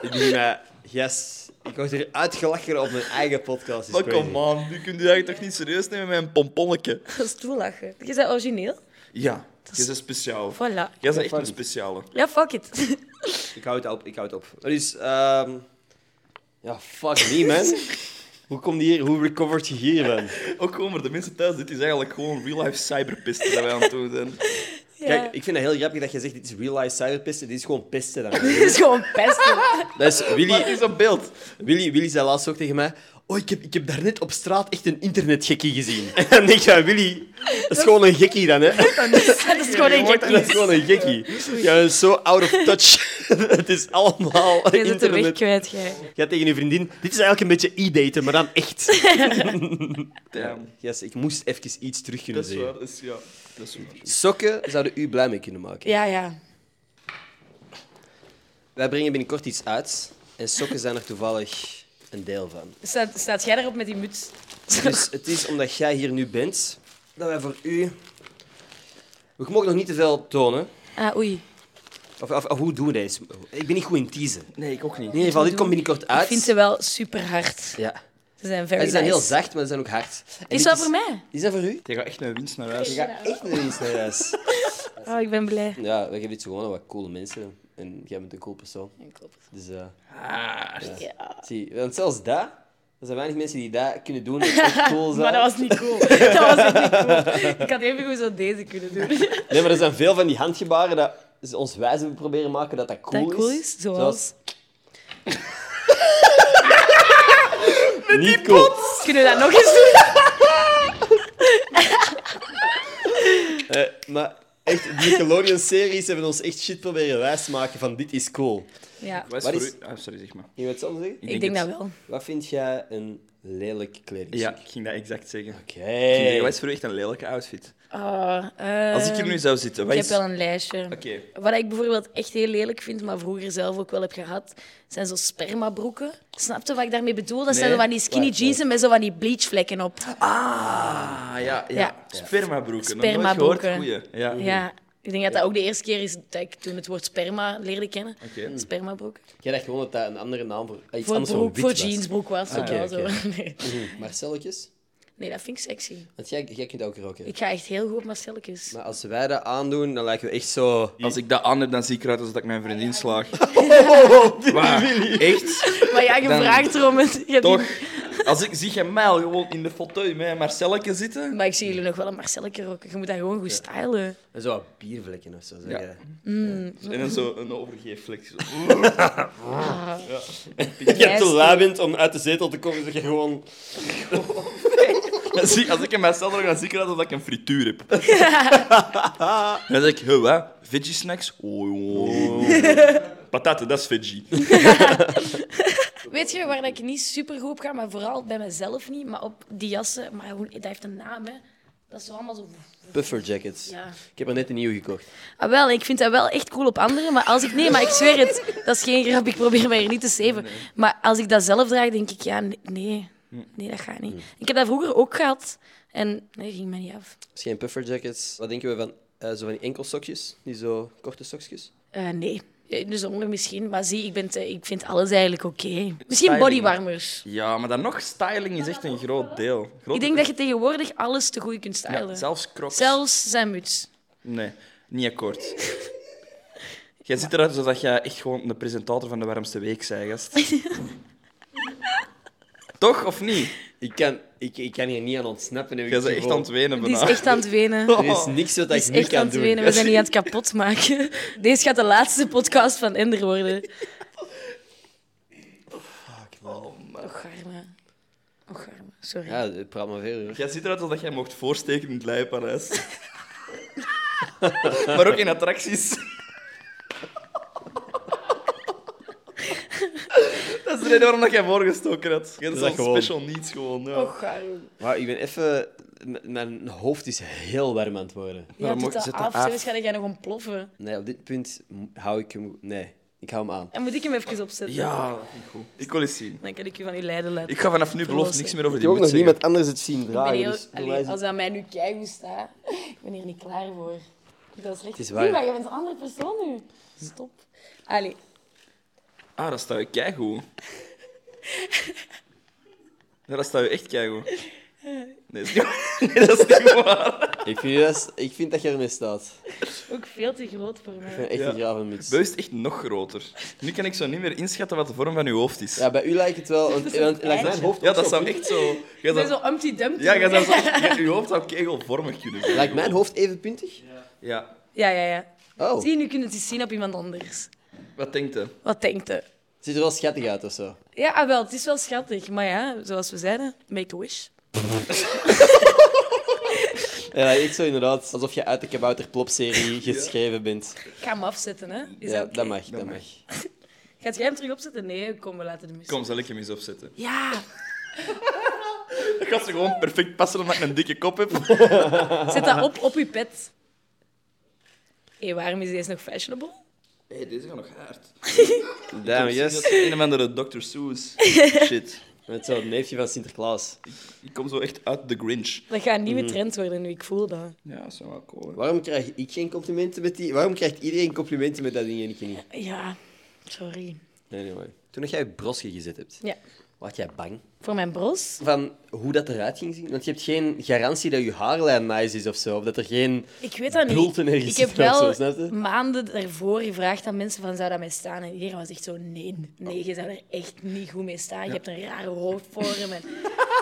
Ik begin met... Yes. Ik word hier uitgelachen op mijn eigen podcast. Dit is
Maar
crazy.
kom aan, nu kunt u eigenlijk toch niet serieus nemen met een pomponnetje.
Dat is toelachen. Je bent origineel.
Ja, jij bent speciaal.
Voilà.
Jij bent echt een speciale.
Ja, fuck it.
Ik houd het op, ik houd het op. Dus, ehm Ja, fuck me, man. Hoe kom je hier, hoe recovert je hiervan?
Ook gewoon voor de mensen thuis, dit is eigenlijk gewoon real-life cyberpisten dat wij aan het doen zijn.
(laughs) Ja.
Kijk, ik vind het heel grappig dat je zegt, dit is real-life cyberpisten. Dit is gewoon pisten dan.
Dit is gewoon (laughs) pesten.
Dat is
Maar het
Willy,
is op beeld.
Willy, Willy zei laatst ook tegen mij... Oh, ik heb, ik heb daarnet op straat echt een internetgekkie gezien. (laughs) En dan denk je, Willy, dat is gewoon een gekkie dan, hè? (laughs)
Dat is gewoon een
Dat is gewoon een gekkie. Ja, dat is zo out of touch. (laughs) Het is allemaal
Je zit de weg
internet.
kwijt, jij.
Ga tegen je vriendin, dit is eigenlijk een beetje e-daten, maar dan echt.
Damn.
Yes, ik moest even iets terug kunnen
Dat is
zeggen.
waar, dat is, ja. Dat is waar.
Sokken zouden u blij mee kunnen maken.
Ja, ja.
Wij brengen binnenkort iets uit en sokken zijn er toevallig een deel van.
Staat, staat jij daarop met die muts?
Dus het is omdat jij hier nu bent dat wij voor u. We mogen nog niet te veel tonen.
Ah, oei.
Of, of, of hoe doen we deze? Ik ben niet goed in teasen. In
Nee, ik ook niet.
ieder geval, dit komt binnenkort uit.
Ik vind ze wel super hard.
Ja.
Ze zijn
En
very
ze zijn heel
nice.
zacht, maar ze zijn ook hard. En dit
Is dat voor mij?
Is dat voor u?
Je gaat echt naar winst naar
Je
huis.
gaat echt naar iets naar huis.
Oh, ik ben blij.
Ja, we geven dit gewoon aan wat coole mensen. En jij bent een cool persoon. Dus eh,
Ja.
zie, want zelfs dat, er zijn weinig mensen die dat kunnen
(laughs)
doen. Dat is echt cool zijn.
Maar dat was niet
(laughs)
cool. Dat was echt niet cool. Ik had even goed zo deze kunnen doen. (laughs)
Nee, maar er zijn veel van die handgebaren dat ze ons wijs hebben proberen maken dat dat cool,
dat cool is, zoals... (laughs)
niet cool.
Kunnen we dat nog eens doen?
Eh, maar echt, de Nickelodeon-series hebben ons echt shit proberen wijs te maken van dit is cool.
Ja,
Wat is
Wat
voor
is-
u? Ah, sorry, zeg maar.
Je weet het anders zeggen?
ik denk
denk
dat
het.
wel.
Wat vind jij een lelijk kledingstuk?
Ja, ik ging dat exact zeggen.
Oké.
Ik ging zeggen, Wat is voor u echt een lelijke outfit?
Ah,
Als ik hier
ehm,
nu zou zitten, wat
Ik
is...
heb wel een lijstje.
Oké.
Wat ik bijvoorbeeld echt heel lelijk vind, maar vroeger zelf ook wel heb gehad, zijn zo spermabroeken. Snap je wat ik daarmee bedoel? Dat zijn
Nee.
zo van die skinny
Wacht,
jeans en met zo van die bleachvlekken op.
Ah, ja, ja.
Ja.
Spermabroeken.
Spermabroeken.
Nog nooit gehoord, goeie. Ja.
Ja, ik denk dat dat ook de eerste keer is dat ik toen het woord sperma leerde kennen.
Oké.
Spermabroek.
Jij dacht gewoon dat dat een andere naam voor eh, iets
Voor,
anders dan
broek,
wit
voor
was.
jeansbroek was het
oké,
wel zo.
oké.
(laughs) Nee.
Mhm. Marcelletjes?
nee, dat vind ik sexy.
Want jij, jij kunt ook roken.
Ik ga echt heel goed op Marcelletjes.
Maar als wij dat aandoen, dan lijken we echt zo...
Als ik dat aan heb, dan zie ik eruit alsof ik mijn vriendin slaag.
Oh.
(laughs) Waar? Echt?
Maar ja, je
Dan-
vraagt erom. en je hebt
Toch?
niet-
Als ik zie jij mij al gewoon in de fauteuil met een Marcelletje zitten...
Maar ik zie jullie nog wel een Marcelletje roken. Je moet dat gewoon goed stylen.
En zo wat biervlekken of zo. zeg
Ja.
jij.
En dan zo een overgeefflex. Zo. (laughs)
(laughs) Je
Juist.
te lui bent om uit de zetel te komen, zeg je gewoon...
Als ik, als ik in mijn cel ga, dan zie ik eruit alsof ik een frituur (laughs) heb. dan zeg ik, huh, wat? Veggie snacks? Oh, joh. Pataten, dat is veggie.
Weet je waar ik niet super goed op ga, maar vooral bij mezelf niet, maar op die jassen, maar hoe, dat heeft een naam, hè? Dat is zo allemaal zo.
Puffer jackets.
Ja.
Ik heb er net een nieuw gekocht.
Ah, wel, ik vind dat wel echt cool op anderen, maar als ik. Nee, maar ik zweer het, dat is geen grap, ik probeer mij er niet te zeven. Maar als ik dat zelf draag, denk ik, ja, nee, nee, nee, dat gaat niet. Ik heb dat vroeger ook gehad en nee, ging mij niet af.
Dus geen puffer jackets. Wat denken we van, eh, zo van die enkelstokjes? Die zo korte stokjes?
Eh, nee. In de zomer misschien, maar zie, ik, ben te- ik vind alles eigenlijk oké. Misschien
Styling.
bodywarmers.
Ja, maar dan nog, styling is echt een groot deel. Groot
Ik denk dat je tegenwoordig alles te goed kunt stylen.
zelfs crocs.
Zelfs zijn muts.
Nee, niet akkoord. (laughs) Jij ziet
(laughs)
eruit alsof jij echt gewoon de presentator van de warmste week zei, gast. Toch of niet?
Ik kan, ik, ik kan hier niet aan ontsnappen. heb ik
Jij
het
bent echt
gevoel.
aan het wenen
Die is
(laughs) bijna.
echt aan het
(laughs)
wenen.
Er nou- is niks wat
Oh. Die
ik
is
niet
echt aan
kan
het
doen.
wenen. We zijn niet aan het kapot maken. (laughs) Deze gaat de laatste podcast van Ender worden. Och, arme. Och, arme. Oh, Sorry.
Ja, praat maar verder. hoor.
Jij ziet eruit alsof jij mocht voorsteken in het Leiparijs. (laughs) maar ook in attracties. (laughs) dat is de reden waarom dat jij voorgestoken had. Jij
is
is
dat
al
gewoon.
special needs gewoon. Ja.
Och, arme.
Wauw, ik ben even... m- Mijn hoofd is heel warm aan het worden.
Ja, doet
mocht-
dat
zet
af.
dat
Zo
af.
ga jij nog ontploffen.
Nee, op dit punt m- hou ik hem... Nee, ik hou hem aan.
En moet ik hem even opzetten?
Ja, dat vind ik goed. Ik wil eens zien.
Dan kan ik u van u leiden laten.
Ik ga vanaf nu beloofd niks meer over die moed zeggen.
anders het zien
Ik ben heel-
dus
dus-
Allee, als dat mij nu keihard staat, (laughs) ik ben hier niet klaar voor. Ik ben slecht.
Het is waar.
Zie, maar je bent een andere persoon nu. Stop. Allee,
Ah, dat staat je keigoed. (laughs) Nee, dat staat je echt keigoed. Nee, dat is niet, (laughs) nee, dat is niet waar.
Ik vind, dat, ik vind dat je ermee staat.
ook veel te groot voor
Ik
mij.
vind echt
Ja.
een grave muts.
Bewust echt nog groter. Nu kan ik zo niet meer inschatten wat de vorm van uw hoofd is.
Ja, bij u lijkt het wel... Want,
is een
want, lijkt mijn
eitje.
hoofd
Ja,
ook
dat
zo
zou
pun-
echt zo... Jij
Ik ben
zou,
zo umpty dumpty.
ja, jij zou zo... jij- Uw hoofd zou kegelvormig kunnen zijn.
Lijkt mijn hoofd even puntig?
Ja.
Ja, ja, ja.
Oh,
Zie je, nu kunnen het eens zien op iemand anders.
Wat denkt je?
Wat denkt u?
het ziet er wel schattig uit of zo.
Ja, ah, wel, het is wel schattig. Maar ja, zoals we zeiden, make a wish.
Ja, echt zo inderdaad. Alsof je uit de Kabouterplop-serie geschreven bent.
Ik ga hem afzetten, hè. Is
ja,
dat oké?
dat mag, dat,
Dat
mag.
mag.
Gaat jij hem terug opzetten? Nee, kom, we laten hem eens.
Kom, zal ik hem eens opzetten.
Ja,
Ik ga ze gewoon perfect passen omdat ik een dikke kop heb.
zet dat op, op uw pet. Hé, waarom is deze nog fashionable?
(laughs) hey, deze gaat nog hard.
Damn, yes.
Een of andere Dr. (laughs) Seuss. Shit.
Met zo'n neefje van Sinterklaas.
Ik kom zo echt uit de Grinch.
Dat gaat een
Mm.
nieuwe trend worden nu, ik voel dat.
Ja, dat zou wel cool.
Waarom krijg ik geen complimenten met die... Waarom krijgt iedereen complimenten met dat ding en ik niet?
Ja, sorry.
Nee, nee, maar. Toen dat jij je brosje gezet hebt,
Ja,
was jij bang?
voor mijn bros.
Van hoe dat eruit ging zien? Want je hebt geen garantie dat je haarlijn nice is of zo. Of dat er geen...
Ik weet dat niet.
Bulten ergens
Ik heb
zitten of zo,
wel
snap je?
maanden daarvoor gevraagd aan mensen van zou dat mij staan? En iedereen was echt zo nee, nee, je zou er echt niet goed mee staan. Je hebt een rare hoofdvorm. En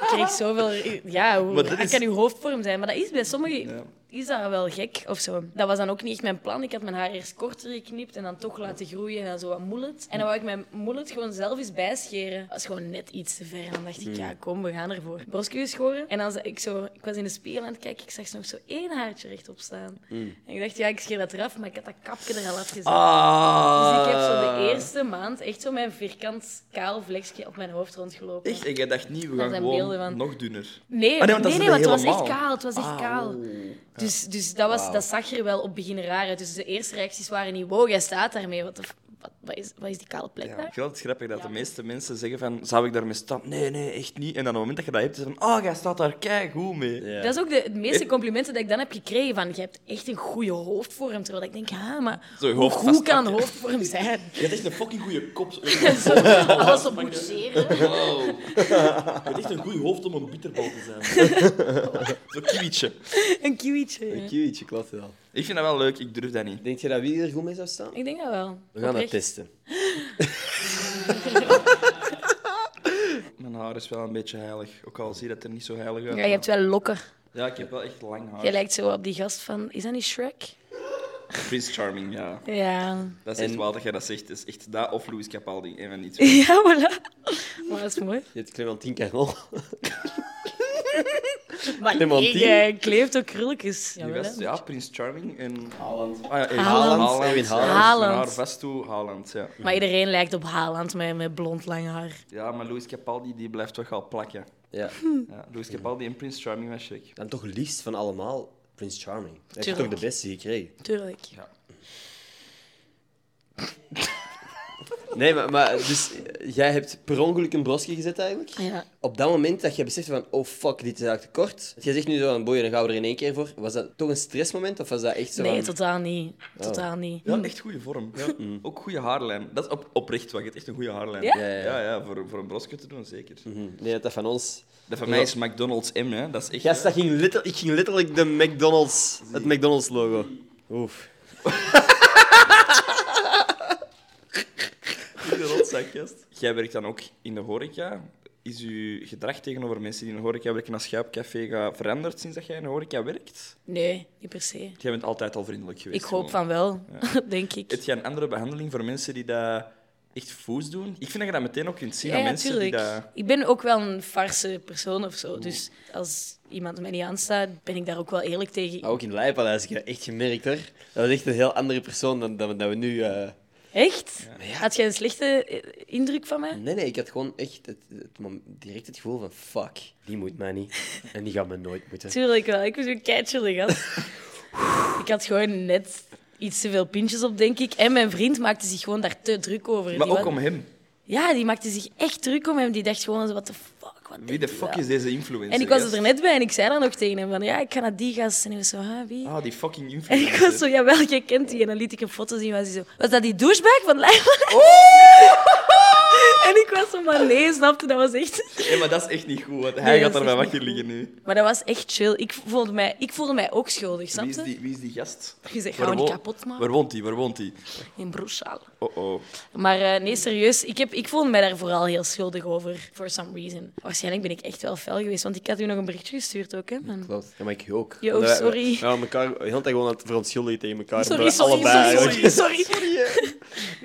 ik kreeg zoveel...
(laughs)
Ja, hoe
Maar dat
raar
is-
kan uw hoofdvorm zijn? Maar dat is bij sommigen... Is dat wel gek of zo? Dat was dan ook niet echt mijn plan. Ik had mijn haar eerst korter geknipt en dan toch laten groeien en dan zo wat mullet. En dan wou ik mijn mullet gewoon zelf eens bijscheren. Dat was gewoon net iets te ver. En dan
Hmm.
dacht ik, ja, kom, we gaan ervoor. Broskje schoren. En dan zei ik zo, ik was in de spiegel aan het kijken, ik zag zo nog zo één haartje rechtop staan. En ik dacht, ja, ik scheer dat eraf, maar ik had dat kapje er al afgezet.
Hmm. Ah.
Dus ik heb zo de eerste maand echt zo mijn vierkant kaal vleksje op mijn hoofd rondgelopen.
Echt? En jij dacht niet, we
Er
gaan
zijn
gewoon
beelden van.
nog dunner.
Nee, nee,
Ah, nee, want dat
nee,
is
want het was
helemaal.
echt kaal. Het was echt kaal. Dus, dus dat, was,
Wauw.
dat zag er wel op beginnen raar uit. Dus de eerste reacties waren niet, wow, jij staat daarmee. Wat, de f- wat, wat, is, wat is die kale plek
Ik
daar?
vind het grappig dat de meeste mensen zeggen van, zou ik daarmee staan? Nee, nee, echt niet. En dan op het moment dat je dat hebt, is het van, oh, jij staat daar keigoed mee.
Ja.
Dat is ook de, het meeste complimenten dat ik dan heb gekregen. Van, je hebt echt een goede hoofdvorm. Terwijl ik denk, ja, maar
Zo, je
hoe
hoofd
goed kan een
vastpakken.
hoofdvorm zijn?
(laughs) Je hebt echt een fucking
(laughs)
goede kop. Je
Zo, Alles op
(laughs)
boetseren.
hebt echt een goede hoofd om een bitterbal te zijn. Zo'n kiwietje.
Een kiwietje.
Cute, klopt wel.
Ik vind dat wel leuk, ik durf dat niet.
Denk je dat wie er goed mee zou staan?
Ik denk dat wel.
We gaan dat
Oprecht.
testen.
Mijn haar is wel een beetje heilig, ook al zie je dat er niet zo heilig uit.
Ja, je hebt wel lokken.
Ja, ik heb wel echt lang
Jij
haar.
lijkt zo op die gast van, is dat niet Shrek?
Prince Charming, ja.
Ja.
Dat is echt
En-
waar dat jij dat zegt. Dat is echt dat of Louis Capaldi, en van
(laughs)
die twee.
(laughs) Ja, voilà. Maar dat is mooi.
Je hebt Clementine Carol.
Maar
Clementine?
jij kleeft ook krulletjes.
Die
Jawel,
gast,
hè.
ja, Prins Charming en... Haaland. Ah, ja, Erwin
Haaland.
Erwin
ja.
Haaland.
Haaland.
Haar vast toe, Haaland, ja.
Maar iedereen lijkt op Haaland met, met blond lang haar.
Ja, maar Louis Capaldi die blijft toch al plakken.
(laughs) Ja.
Ja, Louis Capaldi en Prins Charming was schrik.
Dan toch liefst van allemaal Prince Charming. Hij heeft toch
Tuurlijk.
de beste gekregen?
Tuurlijk.
Nee, maar, maar dus eh, jij hebt per ongeluk een brosje gezet eigenlijk?
Ja.
Op dat moment dat je beseft van, oh fuck, dit is eigenlijk te kort. Jij zegt nu zo van, boeien, dan gaan we er in één keer voor. Was dat toch een stressmoment of was dat echt zo
Nee,
van-
totaal niet. Totaal niet.
Oh. Ja, echt goede vorm. (laughs) Ja. Ook goede haarlijn. Dat is op, oprecht wat je hebt echt een goede haarlijn.
Ja?
Mm. Ja, ja, ja.
ja, ja, voor, voor een brosje te doen, zeker.
Hm, Nee, dat dat van ons...
Dat van mij is McDonald's M, hè. Dat is echt...
Gast, dat ging litter- ik ging letterlijk de McDonald's, het McDonald's-logo. Oef.
Die rotzak, gast. Jij werkt dan ook in de horeca. is uw gedrag tegenover mensen die in een horeca werken als jij op café gaat veranderd sinds dat jij in een horeca werkt?
Nee, niet per se.
Jij bent altijd al vriendelijk geweest.
Ik hoop van
gewoon.
wel, (laughs) denk ik.
Heb jij een andere behandeling voor mensen die dat echt foes doen? Ik vind dat je dat meteen ook kunt zien
Ja,
aan
ja,
mensen
tuurlijk.
die dat...
Ik ben ook wel een farse persoon of zo. Dus als iemand mij niet aanstaat, ben ik daar ook wel eerlijk tegen.
Oh.
Maar ook in Leipalais heb ik dat echt gemerkt, hoor. Dat was echt een heel andere persoon dan, dan, dan we nu... eh,
Echt? Had jij een slechte eh, indruk van mij?
Nee, nee, ik had gewoon echt het, het mom- direct het gevoel van... Fuck, die moet mij niet. En die gaat me nooit moeten.
Tuurlijk wel. Ik was een keitjullig gast. ik had gewoon net iets te veel pintjes op, denk ik. En mijn vriend maakte zich gewoon daar te druk over.
Maar
Die
ook
wa-
om hem.
Ja, die maakte zich echt druk om hem. Die dacht gewoon, wat de fuck? Wat
Wie
denk
de
je
fuck
wel?"
is deze influencer?
En ik was
gast?
er net bij en ik zei dan nog tegen hem van, ja, ik ga naar die gast. En hij was zo, ah, wie?
Ah, die fucking
En (laughs)
influencer.
ik was zo, jawel, jij kent die. En dan liet ik een foto zien. Was, zo, was dat die douchebag van Lijfland?
Oh!
(laughs) en ik was zo, maar nee, snapte, dat was echt...
Nee, maar dat is echt niet goed, want hij
Nee,
gaat
dat
er
is
bij
echt
wakker liggen nu.
Maar dat was echt chill. Ik voelde mij, ik voelde mij ook schuldig,
Wie is
snapte?
die, wie is die gast?
Je zegt,
Waar
gaan we niet
wo-
kapot maken?
Waar woont hij? Waar woont hij?
In Brussel.
Oh oh.
Maar eh, nee, serieus, ik, heb, ik voelde mij daar vooral heel schuldig over. For some reason. Waarschijnlijk ben ik echt wel fel geweest, want ik had u nog een berichtje gestuurd ook, hè. man.
Klopt. Ja, maar ik ook.
Jo,
Want wij-
sorry.
wij- We waren elkaar de hele tijd gewoon aan het verontschuldigen tegen elkaar.
Sorry,
omdat we
sorry,
allebei
sorry,
eigenlijk-
sorry, sorry.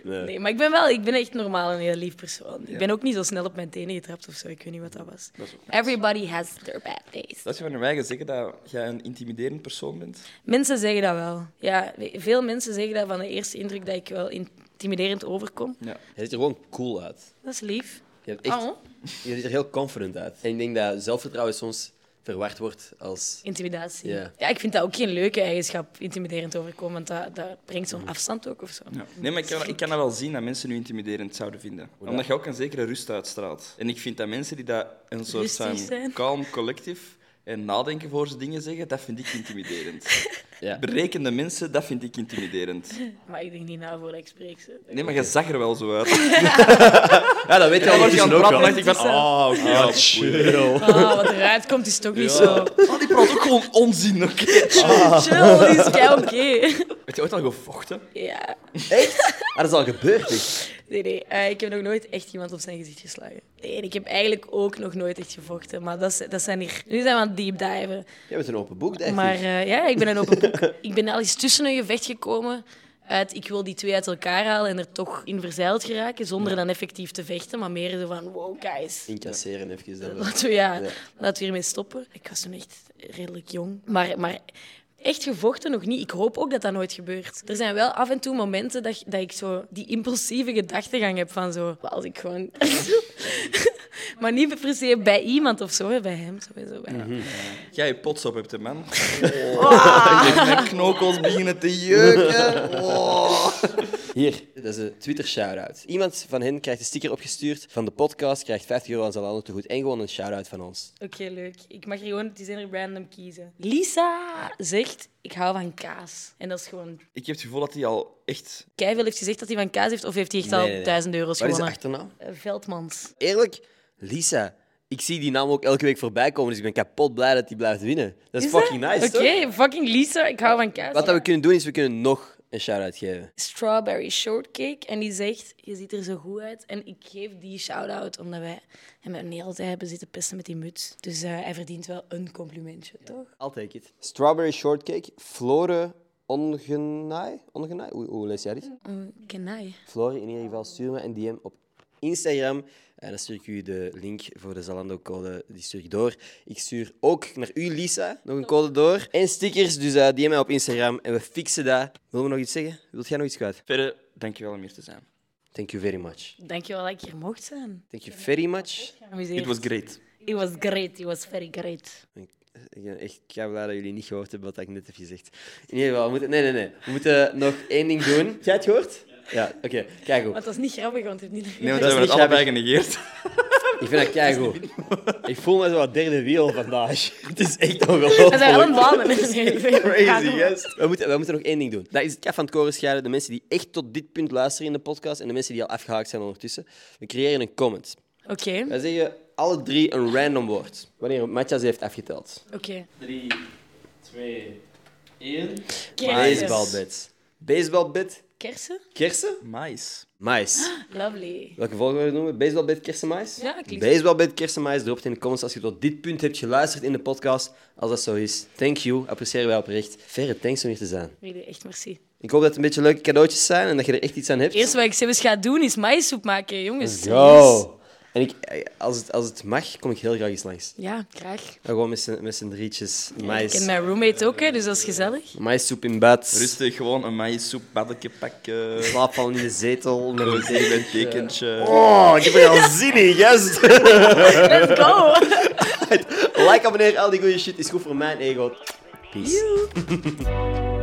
Nee.
Nee, maar ik ben wel, ik ben echt normaal een heel lief persoon. Ik ben ook niet zo snel op mijn tenen getrapt of zo. Ik weet niet wat dat was. Everybody has their bad days.
Dat je van mij gaat zeggen dat jij een intimiderend persoon bent.
Mensen zeggen dat wel. Ja, veel mensen zeggen dat van de eerste indruk dat ik wel intimiderend overkom.
Ja.
Je ziet er gewoon cool uit.
Dat is lief.
Je, hebt echt,
Oh.
je ziet er heel confident uit. En ik denk dat zelfvertrouwen soms verward wordt als...
Intimidatie.
Ja.
Ja, ik vind dat ook geen leuke eigenschap, intimiderend overkomen, want dat, dat brengt zo'n afstand ook of zo.
Nee, maar ik kan, ik kan dat wel zien dat mensen nu intimiderend zouden vinden. Omdat je ook een zekere rust uitstraalt. En ik vind dat mensen die dat een soort
Rustig
zijn,
zijn.
calm collectief en nadenken voor ze dingen zeggen, dat vind ik intimiderend.
Ja.
Berekende mensen, dat vind ik intimiderend.
Maar ik denk niet na voordat ik spreek. Ze.
Nee, maar je zag er wel zo uit.
Ja, dat weet je
Ja,
al
was je aan
ondertussen
het
ook
praten
wel.
dacht ik van, ah, oké, ja, chill.
Oh, wat eruit komt is toch niet zo.
Ah, die praat ook gewoon onzin, oké.
Chill, die is kei oké. (laughs)
Heb je ooit al gevochten?
Ja.
Ah, dat is al gebeurd, echt.
Nee, nee. eh, ik heb nog nooit echt iemand op zijn gezicht geslagen. Nee, en ik heb eigenlijk ook nog nooit echt gevochten. Maar dat, is- dat zijn hier... Nu zijn we aan het deepdiven.
Jij bent een open boek, denk ik.
Maar eh, ja, ik ben een open boek. (laughs) ik ben al eens tussen een gevecht gekomen. Uit, ik wil die twee uit elkaar halen en er toch in verzeild geraken. Zonder dan effectief te vechten. Maar meer zo van, wow, guys.
Incasseren even. Dat wel.
Laten we, ja, laten we hiermee stoppen. Ik was toen echt redelijk jong. Maar, maar echt gevochten nog niet. Ik hoop ook dat dat nooit gebeurt. Er zijn wel af en toe momenten dat, dat ik zo die impulsieve gedachtegang heb van zo... "Wel, Als ik gewoon... (laughs) maar niet per se bij iemand of zo, hè, bij hem sowieso. Bij
Mhm.
hem.
Jij je pots op hebt, hè, man. Oh. Mijn knokels beginnen te jeuken. Oh.
Hier, dat is een Twitter shout-out. Iemand van hen krijgt een sticker opgestuurd van de podcast, krijgt 50 euro aan zijn landen te goed en gewoon een shout-out van ons.
Oké, leuk. Ik mag hier gewoon... Die zijn er random kiezen. Lisa zegt... Ik hou van kaas. En dat is gewoon...
Ik heb het gevoel dat hij al echt...
Keiveel heeft gezegd dat hij van kaas heeft, of heeft hij echt al
Nee, nee, nee.
duizend euro's
Wat is de
gewonnen?
achternaam?
Eh, Veldmans.
Eerlijk, Lisa, ik zie die naam ook elke week voorbij komen, dus ik ben kapot blij dat die blijft winnen. Dat is,
dat?
fucking nice,
Oké,
toch?
fucking Lisa, ik hou van kaas.
Wat dat we kunnen doen, is we kunnen nog een shout-out geven.
Strawberry Shortcake. En die zegt, je ziet er zo goed uit. En ik geef die shout-out, omdat wij hem een hele tijd hebben zitten pissen met die muts. Dus eh, hij verdient wel een complimentje, toch?
I'll take it. Strawberry shortcake, Flore Ongenaai. Ongenaai? Hoe, hoe lees jij dit?
Mm, Kenai.
Flore, in ieder geval, stuur me een DM op Instagram. En dan stuur ik u de link voor de Zalando-code, die stuur ik door. Ik stuur ook naar u, Lisa, nog een code door. En stickers, dus eh DM mij op Instagram en we fixen dat. Willen we nog iets zeggen? Wilt jij nog iets kwijt?
Verder, dankjewel om hier te zijn.
Thank you very much.
Dankjewel dat ik hier mocht zijn.
Thank you very much.
It was great.
It was great, it was very great.
Ik ben echt kei blij dat jullie niet gehoord hebben wat ik net heb gezegd. In ieder geval, we moeten... Nee, nee, nee. We moeten nog één ding doen. Jij het gehoord? Ja, oké. Kijk goed.
Maar het was niet grappig, want het heeft niet...
Nee, want
Dat
dat
is
hebben we
niet
het allebei genegeerd.
Ik vind dat kei goed. Ik voel me zo wat derde wiel vandaag. (laughs) Het is echt
(laughs) We zijn
ongelooflijk.
allemaal (laughs) mensen.
Crazy, yes. We moeten, we moeten nog één ding doen. Dat is het kaf van het koren scheiden. De mensen die echt tot dit punt luisteren in de podcast en de mensen die al afgehaakt zijn ondertussen. We creëren een comment.
Oké,
Wij zeggen alle drie een random woord. Wanneer Matjas heeft afgeteld.
oké.
3, 2, 1.
Kerstjes.
Baseballbed. Baseballbed
Kersen?
Kersen?
Mais.
Mais.
Lovely.
Welke volgorde doen we? Baseballbeet kersenmais?
Ja, klinkt-
Baseballbeet kersenmais. Drop het in de comments als je tot dit punt hebt geluisterd in de podcast. Als dat zo is, thank you. Appreciëren wij oprecht. Verre thanks om hier te zijn.
Really, echt merci.
Ik hoop dat het een beetje leuke cadeautjes zijn en dat je er echt iets aan hebt.
Eerst wat ik zelfs ga doen is maïssoep maken, jongens.
Let's go. En ik, als, het, als het mag, kom ik heel graag eens langs.
Ja, graag.
En gewoon met z'n- met z'n drietjes
Ik ken
mais,
mijn roommate ook, hè, dus dat is gezellig.
maissoep in bed.
Rustig, gewoon een maïssoep, baddekje
(laughs)
pakken.
Slaap al in de zetel. met een
Een een tekentje.
Oh, ik heb er al zin in, gast.
Let's go!
Like, abonneer, al die goede shit is goed voor mijn ego. Peace.
Joe.